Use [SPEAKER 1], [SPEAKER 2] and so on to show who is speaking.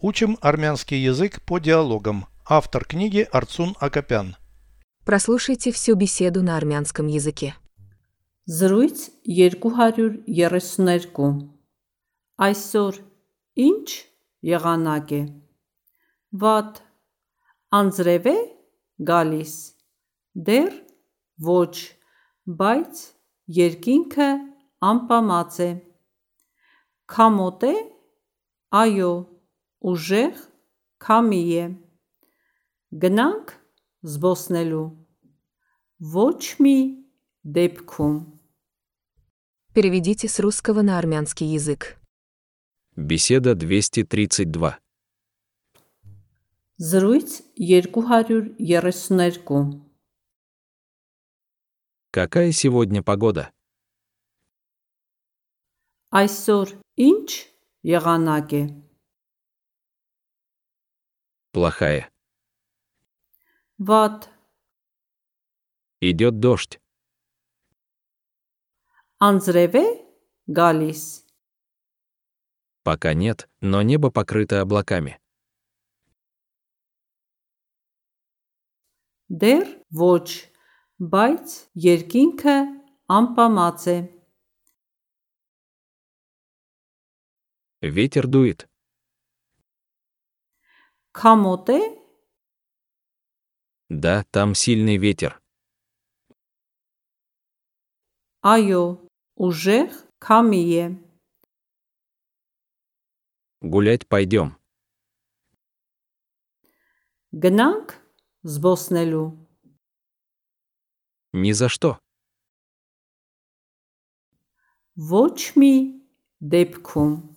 [SPEAKER 1] Учим армянский язык по диалогам. Автор книги Арцун Акопян.
[SPEAKER 2] Прослушайте всю беседу на армянском языке.
[SPEAKER 3] Զրույց 232 Այսօր ինչ եղանակ է Վատ Անձրև է գալիս Դեռ ոչ բայց երկինքը անպամած է Քամոտ է Այո ուժեղ քամի է Գնանք զբոսնելու Ոչ մի դեպքում
[SPEAKER 2] Переведите с русского на армянский язык.
[SPEAKER 4] Беседа 232.
[SPEAKER 3] Զրույց 232
[SPEAKER 4] Какая сегодня погода?
[SPEAKER 3] Այսօր ինչ եղանակ է
[SPEAKER 4] Плохая.
[SPEAKER 3] Վատ
[SPEAKER 4] Идет дождь.
[SPEAKER 3] Անձրև է գալիս
[SPEAKER 4] Пока нет, но небо покрыто облаками.
[SPEAKER 3] Դեռ ոչ, բայց երկինքը անպամած է։
[SPEAKER 4] Ветер дует.
[SPEAKER 3] Քամոտ է,
[SPEAKER 4] Да, там сильный ветер.
[SPEAKER 3] այո, ուժեղ քամի է։
[SPEAKER 4] Гулять пойдем.
[SPEAKER 3] Գնանք զբոսնելու։
[SPEAKER 4] Ни за что.
[SPEAKER 3] Ոչ մի դեպքում։